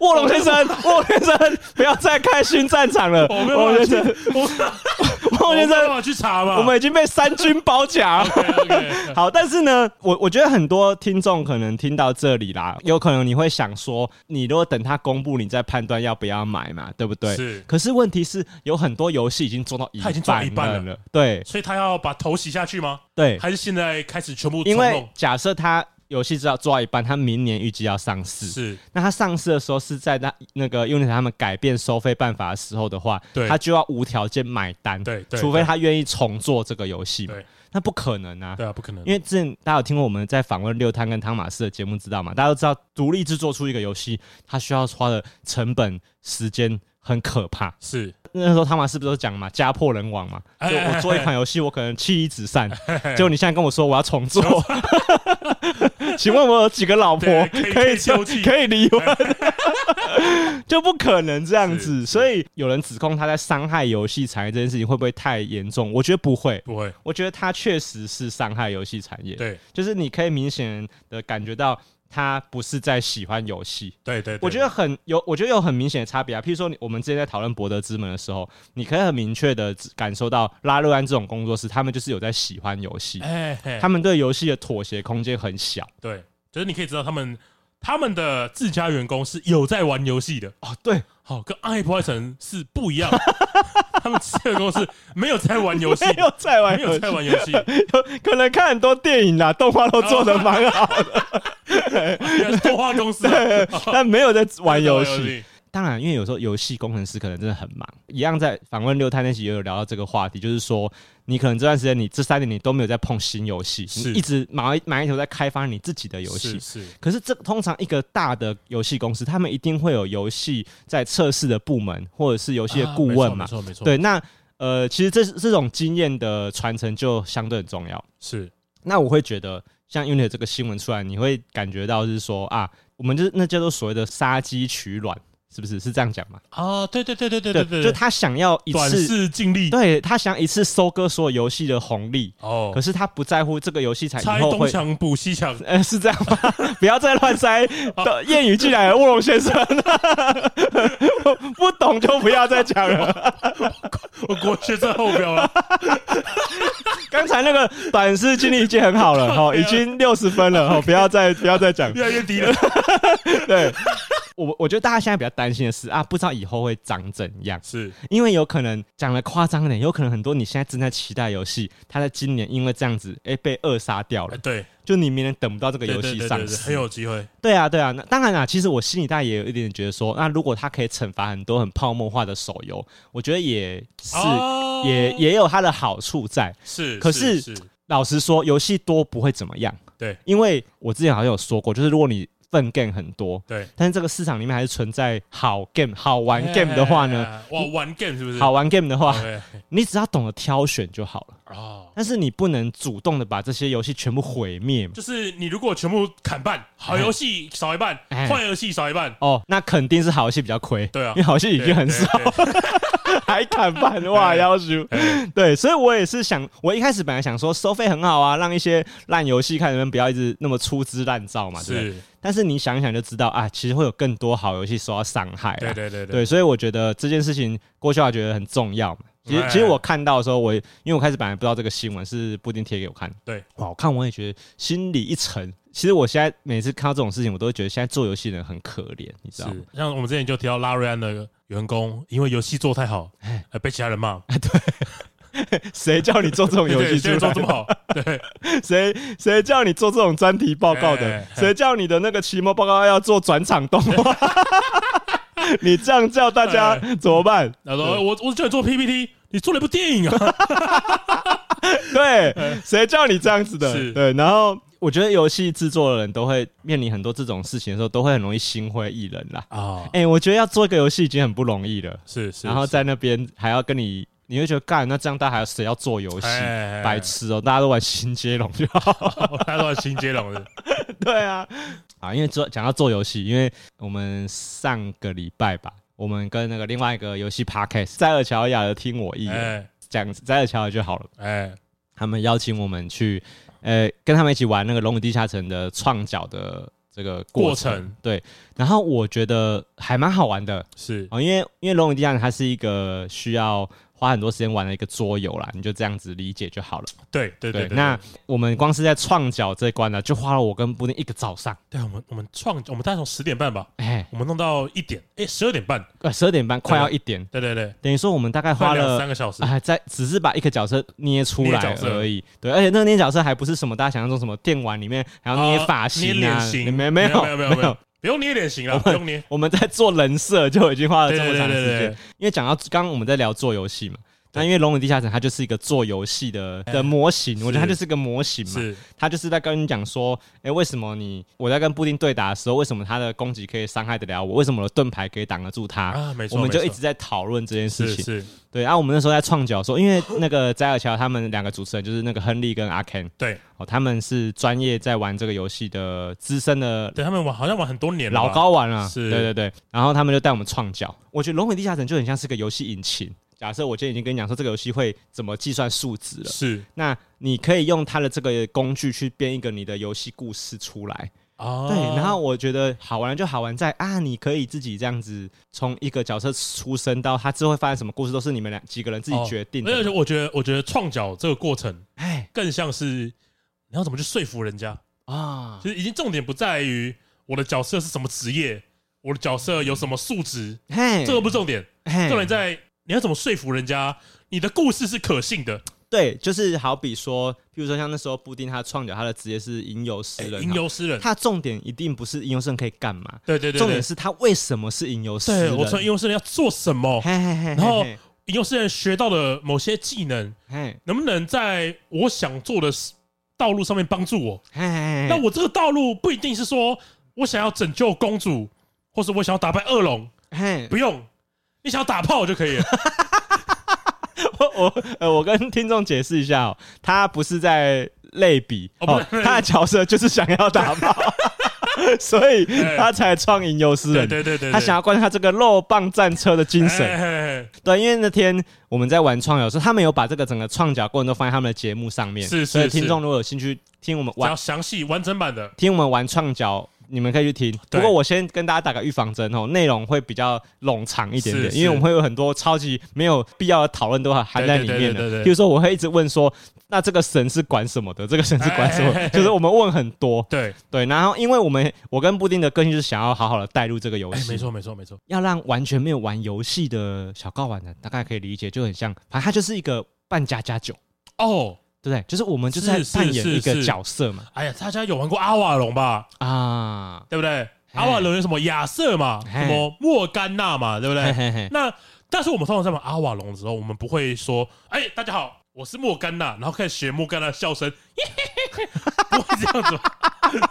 卧龙先生，卧龙先生，不要再开新战场了， 我没卧龙有办法先去啊生，，我卧龙 我没先有办生，法去查嘛。哎我们已经被三军包夹 了。 OK，OK，好，但是呢，我我觉得很多听众可能听到这里啦，有可能你会想说，你如果等它公布，你再判断要不要买嘛，对不 对？是，可是问题是，有很多游戏已经做到一半它已经做到一半了，对所以他要把头洗下去吗？对，还是现在开始全部因冲为动？假设它游戏只要做到一半，它明年预计要上市，是那它上市的时候是在那那个 Unity 他们改变收费办法的时候的话，对它就要无条件买单，对对除非他愿意重做这个游戏嘛对，那不可能啊，对啊，不可能，因为之前大家有听过我们在访问六摊跟汤马斯的节目，知道嘛？大家都知道，独立制作出一个游戏，它需要花的成本、时间很可怕。是那时候汤马斯不是讲嘛，家破人亡嘛？哎就我做一款游戏，我可能妻离子散，结果你现在跟我说我要重做， 请问我有几个老婆对可以可可以以休妻可以离婚？ 就不可能这样是子。是所以有人指控他在伤害游戏产业这件事情，会不会太严重？我觉得不会。不会，我觉得它确实是伤害游戏产业，对就是你可以明显的感觉到他不是在喜欢游戏。对对，对我觉得很有，我觉得有很明显的差别啊。譬如说你，我们之前在讨论《博德之门》的时候，你可以很明确的感受到拉瑞安这种工作室，他们就是有在喜欢游戏，哎，嘿他们对游戏的妥协空间很小对，就是你可以知道他们他们的自家员工是有在玩游戏的，哦。对，好，跟暗黑破坏神是不 一样，他们自家员工是没有在玩游戏 没，有在玩没游有戏，在玩游戏，可能看很多电影啦，动画都做的蛮好的，原来是动画公司啊但没有在玩游戏。戏，当然，因为有时候游戏工程师可能真的很忙，一样在访问六太那期也有聊到这个话题，就是说你可能这段时间你这三年你都没有在碰新游戏，是你一直埋埋头在开发你自己的游戏是。是，可是这通常一个大的游戏公司，他们一定会有游戏在测试的部门或者是游游戏的顾问嘛啊没？错没错，对，那呃，其实这这种经验的传承就相对很重要。是那我会觉得，像 Unity 这个新闻出来，你会感觉到是说啊，我们就是那叫做所谓的杀鸡取卵，是不是？是这样讲吗？啊，对对对对对对对对，就他想要一短次，视尽力对他想一次收割所有游戏的红利，哦可，是他不在乎这个游戏才拆以后东会。墙补西墙，呃，是这样吗？ 不要再乱塞的谚语进来了，卧龙先生， 不懂就不要再讲了。我国学在后标 了，刚才那个短视经历已经很好了，啊哦，已经六十分了，哦，不要再不要再讲。越来越低了，对，我我觉得大家现在比较担心的是啊，不知道以后会长怎样。是因为有可能讲的夸张一点，有可能很多你现在正在期待的游戏，它在今年因为这样子，哎、被扼杀掉哎了，对，就你明年等不到这个对游对戏对上对对，市。很有机会，对啊，对啊。那当然啦，其实我心里大概也有一点点觉得说，那如果它可以惩罚很多很泡沫化的手游，我觉得也是、哦也也有它的好处在。是，可是是老实说，游戏多不会怎么样。对，因为我之前好像有说过，就是如果你份 game 很多，对但是这个市场里面还是存在好 game、好玩 game 的话呢，哎，玩玩 game 是不是？好玩 game 的话， OK，你只要懂得挑选就好了。哦，但是你不能主动的把这些游戏全部毁灭嘛。就是你如果全部砍半，好游戏少一半哎，坏游戏少一半，哦，那肯定是好游戏比较亏，对啊因为好游戏 已经很少，对，对对还砍半哇，要求。哎 对，所以我也是想，我一开始本来想说收费很好啊，让一些烂游戏看能不要一直那么粗制滥造嘛，对不对。是，但是你想一想就知道啊，其实会有更多好游戏受到伤害啊。 对对对对，所以我觉得这件事情郭秀华觉得很重要嘛。其实，哎其实我看到的时候，我因为我开始本来不知道这个新闻是布丁贴给我看，对，哇，我看我也觉得心里一沉。其实我现在每次看到这种事情，我都会觉得现在做游戏的人很可怜，你知是道吗？。像我们之前就提到拉瑞安的员工，因为游戏做太好，哎，被其他 人骂，谁叫你做这种对游对戏现出在做来 这么好，对，谁谁叫你做这种专题报告 哎哎的哎？谁叫你的那个期末报告要做转场动画？ 你这样叫大家哎怎么办？然后说哎我我叫你做 PPT，你做了一部电 影啊，对，谁叫你这样子的？哎是对，然后我觉得游戏制作的人都会面临很多这种事情的时候，都会很容易心灰意冷啦。啊，哎、我觉得要做一个游戏已经很不容易了，是是，然后在那边还要跟你，你会觉得干，那这样大家还有谁要做游戏？哎白， 痴哦、大家都玩新接龙就好。哎哎哎大家都玩新接 龙的，对啊，啊，因为做讲到做游戏，因为我们上个礼拜吧，我们跟那个另外一个游戏 podcast 在尔乔亚的听我一言哎讲在尔乔亚就好了。哎他们邀请我们去，呃，跟他们一起玩那个《龙与地下城》的创角的这个过程。过程对，然后我觉得还蛮好玩的是哦，因为因为《龙与地下城》它是一个需要花很多时间玩的一个桌游啦，你就这样子理解就好了。对对对对，那我们光是在创角这一关呢，就花了我跟布丁一个早上，对我们我们创我们大概从十点半吧，哎，我们弄到一点，哎十二点半，呃，十二点半快要一点，对对对，等于说我们大概花快两了三个小时，嗯哎，在只是把一个角色捏出捏来角色而已，对，而且那个捏角色还不是什么大家想象中什么电玩里面还要捏发型啊，捏脸型，没没有没没有没有没有，，不用捏脸型了，不用捏，我们在做人设就已经花了对这对么对长对时对间对，，因为讲到刚刚我们在聊做游戏嘛，那因为《龙与地下城》它就是一个做游戏的哎的模型，我觉得它是就是个模型嘛，是它就是在跟你讲说，哎，为什么你我在跟布丁对打的时候，为什么他的攻击可以伤害得了我，为什么我的盾牌可以挡得住他？啊，没错，我们就没一错直在讨论这件事是情，是，对，啊然、后我们那时候在创角说，因为那个摘尔乔他们两个主持人就是那个亨利跟阿 Ken 对哦，他们是专业在玩这个游戏的资深的对，他们玩好像玩很多年了吧，老高玩了、是对对对，然后他们就带我们创角。我觉得《龙与地下城》就很像是个游戏引擎。假设我今天已经跟你讲说这个游戏会怎么计算数值了，是那你可以用它的这个工具去编一个你的游戏故事出来。啊，对，然后我觉得好玩就好玩在啊，你可以自己这样子从一个角色出生到他之后会发生什么故事，都是你们两几个人自己哦决定的而且我觉得我觉得创角这个过程哎更像是你要怎么去说服人家，啊，其实已经重点不在于我的角色是什么职业，我的角色有什么数值，嘿，这个不是重点，嘿重点在你要怎么说服人家，你的故事是可信的，对，就是好比说，比如说像那时候布丁他创角，他的职业是吟游诗哎人，啊哎吟，游诗人，他的重点一定不是吟游诗人可以干嘛，对对对，重对点是他为什么是吟游诗对人，我从吟游诗人要做什么，嘿嘿嘿，然后嘿吟游诗人学到的某些技能，嘿能不能在我想做的事道路上面帮助我？嘿嘿，那我这个道路不一定是说我想要拯救公主，或是我想要打败恶龙，嘿不用，你想要打炮就 可以了。我我呃，我跟听众解释一下哦，他不是在类比哦不哦是，他的角色就是想要打炮， 所以他才创吟游诗对人，对对对，哎他想要贯彻这个肉棒战车的精神。神，对，因为那天我们在玩创友的时候，他们有把这个整个创角过程都放在他们的节目上面，是是所以是听众如果有兴趣听我们我玩要详细完整版的，听我们玩创角，你们可以去听。不对过我先跟大家打个预防针哦，内容会比较冗长一点点，是因为是我们会有很多超级没有必要的讨论都含在里面对对对对的。对对比如说，我会一直问说，那这个神是管什么的？这个神是管什么哎哎哎的？就是我们问很多。对，对，然后因为我们我跟布丁的个性就是想要好好的带入这个游哎，戏，没错没错没错，要让完全没有玩游戏的小高玩的大概可以理解，就很像，反正它就是一个扮家家酒，哦，对不对？就是我们就是是在扮演是一个是角色嘛，哎呀，大家有玩过阿瓦隆吧？啊，对不对？嘿阿瓦隆有什么亚瑟嘛，嘿什么莫甘娜嘛，对不嘿对？嘿嘿，那但是我们通常在玩阿瓦隆的时候，我们不会说，哎，大家好，我是莫甘娜，然后开始学莫甘娜的笑声， 不会这样 子吧，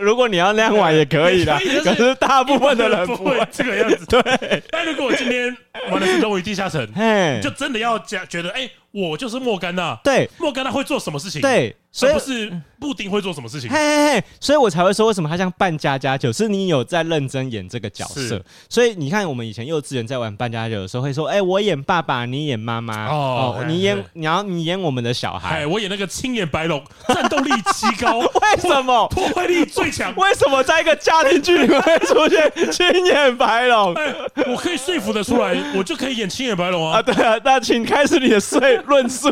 如果你要那样玩也可以 啦，可以就是可是大部分的人不不会会，这个样子。对，但如果我今天玩的是《龙与地下城》，嘿你就，真的要讲觉得，哎，我就是莫甘娜，对莫甘娜会做什么事情？。对，所所以嗯以不。是布丁会做什么事情嘿，嘿嘿，所以我才会说为什么他像扮家家酒，是你有在认真演这个角色是。所以你看，我们以前幼稚园在玩扮家家酒的时候，会说：“哎、我演爸爸，你演妈妈，哦哦，嘿你演嘿，你要你演我们的小孩。哎，我演那个青眼白龙，战斗力极高， 为什 么？破坏力最强。为什么在一个家庭剧里面会出现青眼白龙哎，我可以说服得出来，我就可以演青眼白龙啊？啊。对啊，那请开始你的说论 述。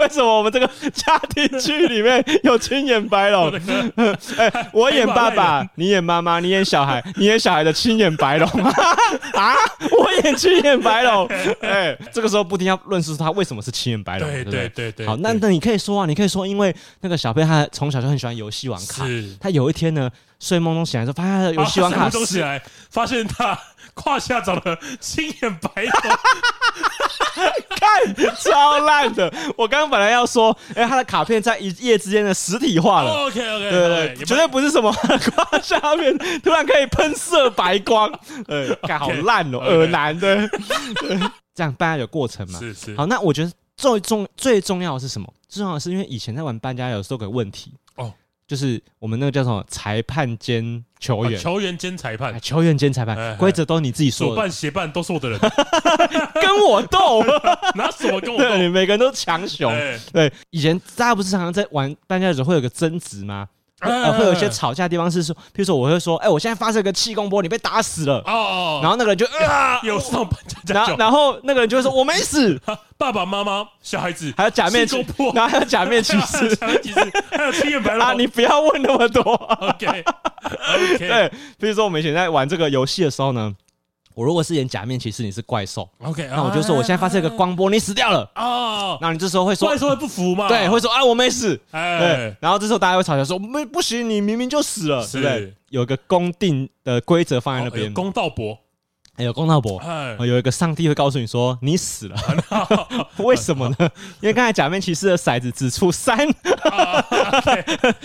为什么我们这个家庭剧里面有青眼白 龙？哎，我演爸爸，你演妈妈，你演小 孩，你演小孩的青眼白龙 啊！我演青眼白 龙。哎，这个时候布丁要论述他为什么是青眼白龙，对对不对对对，好，那对那你可以说啊，你可以说，因为那个小贝他从小就很喜欢游戏王卡，是他有一天呢，睡梦中醒来之后，发现他的游戏王卡啊他什么东西是来，发现他胯下长了青眼 白头，看超烂的。我刚刚本来要说，哎，他的卡片在一夜之间的实体化了。 OK OK，哦对对对，绝对不是什么 胯下面突然可以喷射白光，呃，干好烂哦， OK 耳男的，这样搬家有过程嘛？是是好，那我觉得最重最重要的是什么？最重要的是因为以前在玩搬家有时候有个问题哦哦，就是我们那个叫什么裁判兼球啊员，球员兼裁判哎，球员兼裁哎哎判，规则都你自己左说的，半斜半都是 我的人，跟我斗，拿什么跟 我 对，斗？每个人都强雄。哎对，以前大家不是常常在玩搬家的时候会有个争执吗？哎嗯呃，会有一些吵架的地方是说，譬如说我会说，哎，我现在发射个气功波，你被打死了，哦哦，然后那 个人就啊，有上半家然家后酒， 然后那个人就会说我没死，爸爸妈妈、小孩子，还有假面气骑功 破，然后还有假面骑 士小孩子，还有青眼白 啊，头你不要问那么多。 ，OK OK 对，比如说我们以前在玩这个游戏的时候呢，我如果是演假面骑士，你是怪兽， OK，哎那我就说我现在发射一个光波，你死掉了。哦，那你这时候会说啊怪，兽会不服嘛？对，会说啊我没死。对哎，，然后这时候大家会吵架说没不行，你明明就死了，是对不对？有一个公定的规则放在那哦有边，公道博，还有公道博。哎哦，有一个上帝会告诉你说你死 了，为什么呢？因为刚才假面骑士的骰子指出三，啊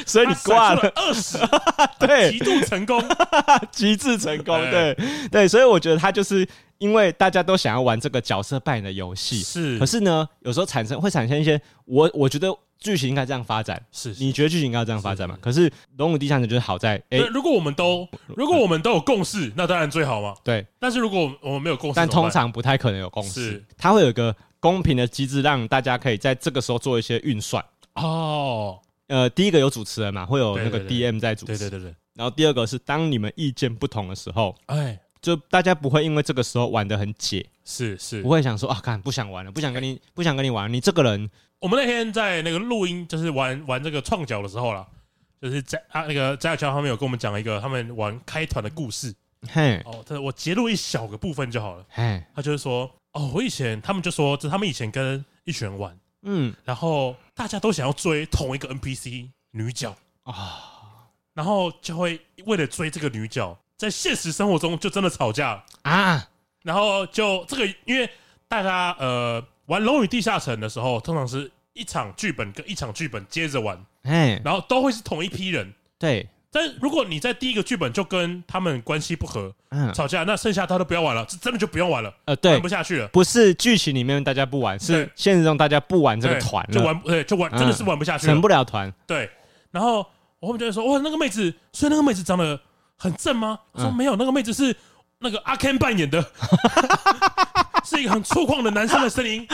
所以你挂 了。二十，对，极度成功。极致成功，啊哎对对，所以我觉得他就是因为大家都想要玩这个角色扮演的游戏，是可是呢，有时候产生会产生一些，我我觉得剧情应该这样发展，是是你觉得剧情应该这样发展吗？可是《龙与地下城》就是好在，哎对，如果我们都如果我们都有共识，那当然最好嘛。对，但是如果我们没有共识，但怎么通办常不太可能有共识是，它会有一个公平的机制，让大家可以在这个时候做一些运算。哦，呃，第一个有主持人嘛，会有那个对对对 DM 在主持，对对对对，然后第二个是当你们意见不同的时候，哎，就大家不会因为这个时候玩的很解，是是不。会想说啊，看不想玩了，不想跟你不想跟你玩，你这个人我们那天在那个录音，就是玩玩这个创角的时候啦，就是在啊那个翟小乔他们有跟我们讲一个他们玩开团的故事嘿哦，这我截录一小个部分就好了。嘿，他就是说，哦，我以前他们就说，这他们以前跟一群人玩，嗯然后大家都想要追同一个 NPC 女角啊，然后就会为了追这个女角，在现实生活中就真的吵架了。啊，然后就这个，因为大家呃玩《龙与地下城》的时候，通常是一场剧本跟一场剧本接着玩，嘿，然后都会是同一批人。对，但如果你在第一个剧本就跟他们关系不和嗯吵架，那剩下他都不要玩了，这真的就不用玩了，呃，玩对不，下去了。不是剧情里面大家不玩，是对现实中大家不玩这个对团了，就玩对就玩，嗯真的是玩不下去了成。不了团，对，然后我们就会说，哇，那个妹子，所以那个妹子长得很正吗？我说嗯没有，那个妹子是那个阿 Ken 扮演的， 是一个很粗犷的男生的声音。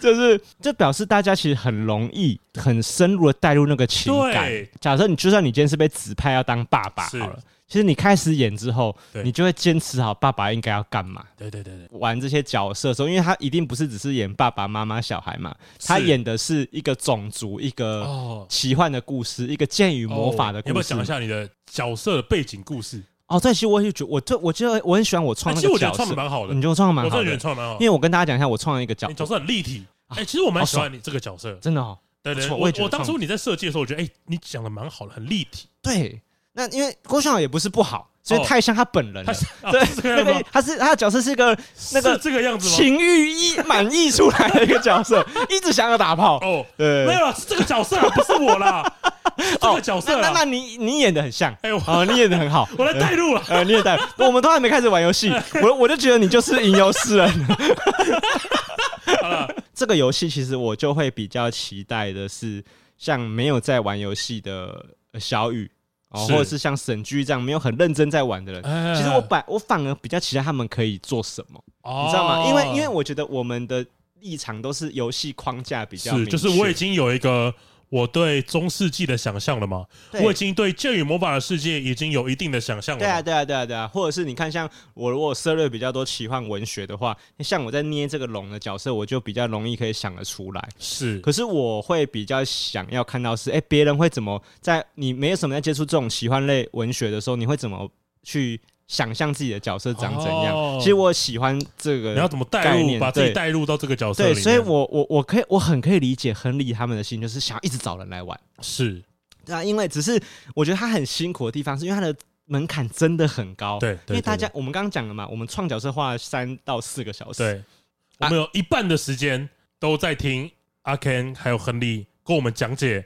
就是这表示大家其实很容易、很深入的带入那个情感对。假设你就算你今天是被指派要当爸爸是好了，其实你开始演之后，对你就会坚持好爸爸应该要干嘛。对对对对，玩这些角色的时候，因为他一定不是只是演爸爸妈妈、小孩嘛，是他演的是一个种族、一个哦，奇幻的故事、一个剑与魔法的你要不故要事讲一。下你的角色的背景故事？哦，这其实我也觉得，我这我觉得我很喜欢我哎创其那实我个觉角色得创的，蛮好的你，觉得我创的蛮我真好的的觉得，创的蛮好因为我跟大家讲一下，我创了一个角哦你，角色很立体。哎，其实我蛮喜欢你这个角色。真的哦，对对，不错我啊我也觉得我当初创你在设计的时候，我觉得哎，你讲的蛮好的，很立体。对。那因为郭晓也不是不好，所以哦太像他本人了他。 是啊对，是这个那样子吗个？他是他的角色是一个那是个这个样子吗？情欲一满溢出来的一个角色， 一直想要打炮。哦，对没，有啦，是这个角色啦，不是 我啦，是这个角色哦那那啦那。你你演的很像，哎，我哦，你演的很好。 我来带路了。呃，你也带，我们都还没开始玩游 戏，我我就觉得你就是吟游诗人。 好了，这个游戏其实我就会比较期待的是，像没有在玩游戏的呃小雨，哦，是或者是像沈居这样没有很认真在玩的人。 其实我嗯反我反而比较期待他们可以做什么，哦你知道吗？因为因为我觉得我们的立场都是游戏框架比较是明就是我确已经有一个我对中世纪的想象了嘛，对我已经对剑与魔法的世界已经有一定的想象了对啊，嘛。对啊，对啊，对啊，或者是你看，像我如果涉猎比较多奇幻文学的话，像我在捏这个龙的角色，我就比较容易可以想得出来。是可是我会比较想要看到是，哎、别人会怎么在你没有什么在接触这种奇幻类文学的时候，你会怎么去想象自己的角色长怎样？哦其实我喜欢这个，你要怎么带概入，念把自己对带入到这个角色对，里面。所以我我我可以我很可以理解亨利他们的心，就是想要一直找人来玩。是啊，因为只是我觉得它很辛苦的地方，是因为它的门槛真的很高。对对哦因为大对家我们刚刚讲了嘛，我们创角色花了三到四个小时。对，我们有一半的时间都在听阿 Ken 还有亨利跟我们讲解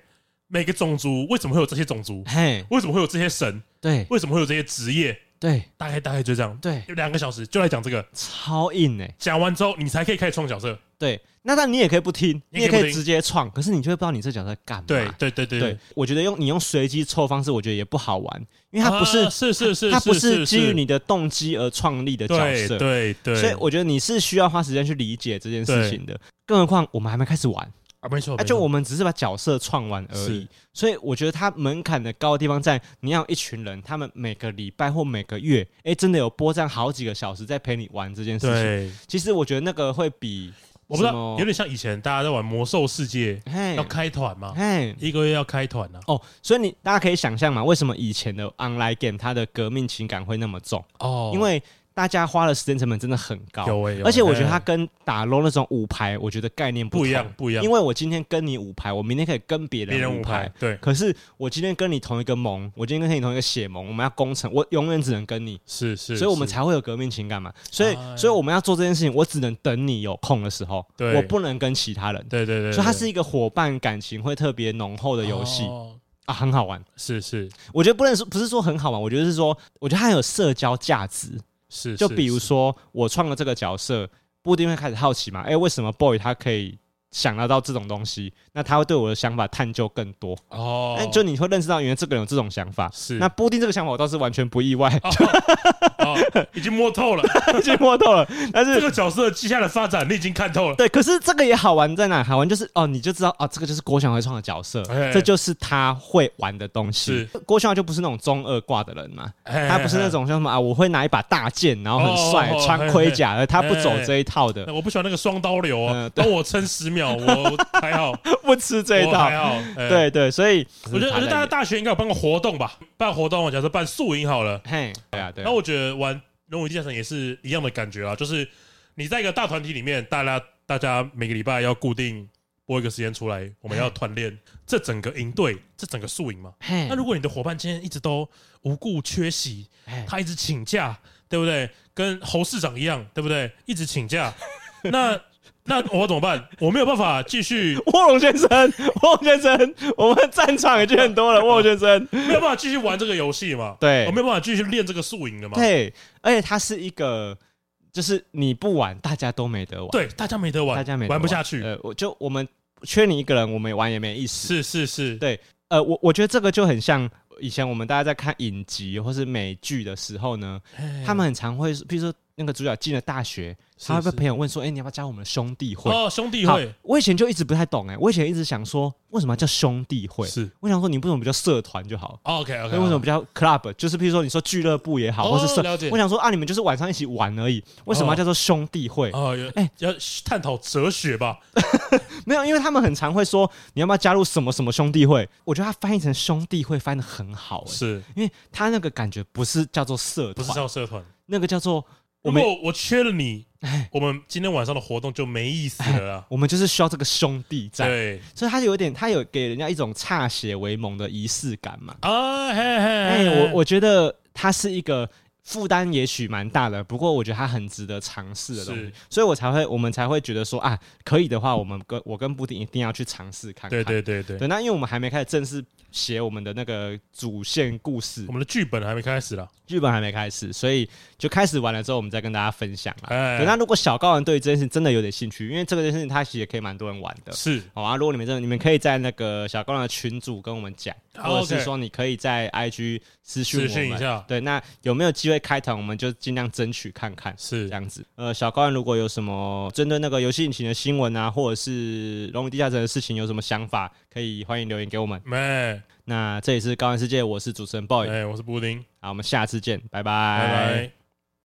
每个种族为什么会有这些种族，嘿，为什么会有这些神，对为什么会有这些职业，对大概大概就这样，对，两个小时就来讲这个。超硬哎、讲完之后，你才可以开始创角色。对，那但你也可以不听，你你也也可可以不听以直接创，可是你就会不知道你这角色在干嘛。对对对对对，我觉得用你用随机抽方式，我觉得也不好玩，因为它不是、啊是是是，它不是是基于你的动机而创立的角对色。对对，所以我觉得你是需要花时间去理解这件事情的，更何况我们还没开始玩，啊没错，啊，没错就我们只是把角色创完而是已。所以我觉得它门槛的高的地方在，你要有一群人，他们每个礼拜或每个月，哎，真的有播这样好几个小时在陪你玩这件事情。对，其实我觉得那个会比我不知什道，么嗯有点像以前大家在玩魔兽世界嘿要开团嘛，嘿一个月要开团啊。哦，所以你大家可以想象嘛，为什么以前的 online game 它的革命情感会那么重？哦因为大家花的时间成本真的很高，有诶，有欸而且我觉得它跟打 LO 那种五排，我觉得概念不一同样，不一样，因为我今天跟你五排，我明天可以跟别别人人五排排。，对，可是我今天跟你同一个盟，我今天跟你同一个血盟，我们要攻城，我永远只能跟你，是是，所以我们是才会有革命情感嘛。所以哎，所以我们要做这件事情，我只能等你有空的时候，对我不能跟其他人。对对对，所以它对是一个伙伴感情会特别浓厚的游戏、哦啊，很好玩。是是我觉得不能说不是说很好玩，我觉得是说，我觉得它很有社交价值。是，就是比如是说我创了这个角色，不一定会开始好奇嘛，哎、为什么 boy 他可以想得到这种东西？那他会对我的想法探究更多。哦哎、，就你会认识到原来这个人有这种想法。是那布丁这个想法我倒是完全不意外，哦，已经 摸透了已经摸透了。但这是个角色接下来发展，你已经看透了。对，可是这个也好玩在哪？好玩就是哦，你就知道哦，这个就是郭翔会创的角色哎，这就是他会玩的东西。郭翔就不是那种中二挂的人嘛，他他不是那，种像什么啊，我会拿一把大剑，然后很帅哎哦，哦穿盔甲，而他不走哎这一套的哎哎，我不喜欢那个双刀流啊嗯，对帮我撑十 秒，我还好，不吃这一我套还。好。哎，对对，所以我觉得我觉得大家大大学应该有办个活动吧，办活动，假设办宿营好了。嘿，对啊对啊，然后我觉得玩《龙与地下城》也是一样的感觉啊，就是你在一个大团体里面，大家大家每个礼拜要固定播一个时间出来，我们要团练这整个营队，这整个宿营嘛。嘿那如果你的伙伴今天一直都无故缺席，嘿他一直请假，对不对？跟侯市长一样，对不对？一直请假， 那那我怎么办？我没有办法继续， 卧龙先生，卧龙先生，我们战场已经很多了，卧龙先 生。没有办法继续玩这个游戏嘛？对我没有办法继续练这个宿营了嘛？对，而且它是一个，就是你不玩，大家都没得玩，对，大家没得玩，大家没得玩不下去，呃，我就我们缺你一个人，我们玩也没意思。是是是，对呃，我我觉得这个就很像以前我们大家在看影集或是美剧的时候呢，他们很常会，比如说那个主角进了大学，他会是被朋友问说：“哎，你要不要加入我们的兄弟会？”哦，兄弟好会，我以前就一直不太懂哎、我以前一直想说，为什么叫兄弟会？是哦我想说，你为什么不叫社团就好？ OK 那 OK，为什么不叫 club？就是譬如说，你说俱乐部也好，哦或是社，了解我想说啊，你们就是晚上一起玩而已，为什么要叫做兄弟会？哦，有哎要探讨哲学吧？没有，因为他们很常会说，你要不要加入什么什么兄弟会？我觉得他翻译成兄弟会翻的很好、欸，是因为他那个感觉不是叫做社不是团，叫社团？那个叫做我哎如们果我缺了你，我们今天晚上的活动就没意思了啊。我们就是需要这个兄弟哎在，对所以他有点他有给人家一种歃血为盟的仪式感嘛。啊，嘿嘿，哎、我我我觉得它是一个负担，也许蛮大的，不过我觉得它很值得尝试的东是西，所以我才会我们才会觉得说啊，可以的话，我们跟我跟布丁一定要去尝试看看。对对对对，对，那因为我们还没开始正式写我们的那个主线故事我，们的剧本还没开始啦。剧本还没开始，所以就开始完了之后，我们再跟大家分享啦。哎对，，那如果小高人对于这件事真的有点兴趣，因为这个件事情它其实也可以蛮多人玩的，是好啊，如果你们真的，你们可以在那个小高的群组跟我们讲，好或者 OK 是说你可以在 IG 私讯私我讯一们。下对，那有没有机会开团，我们就尽量争取看看。这是样子，呃，小高人如果有什么针对那个游戏引擎的新闻啊，或者是《龙与地下城》的事情有什么想法，可以欢迎留言给我们。没哎那这里是高玩世界，我是主持人 boy，哎，我是布丁，好，我们下次见，拜拜拜。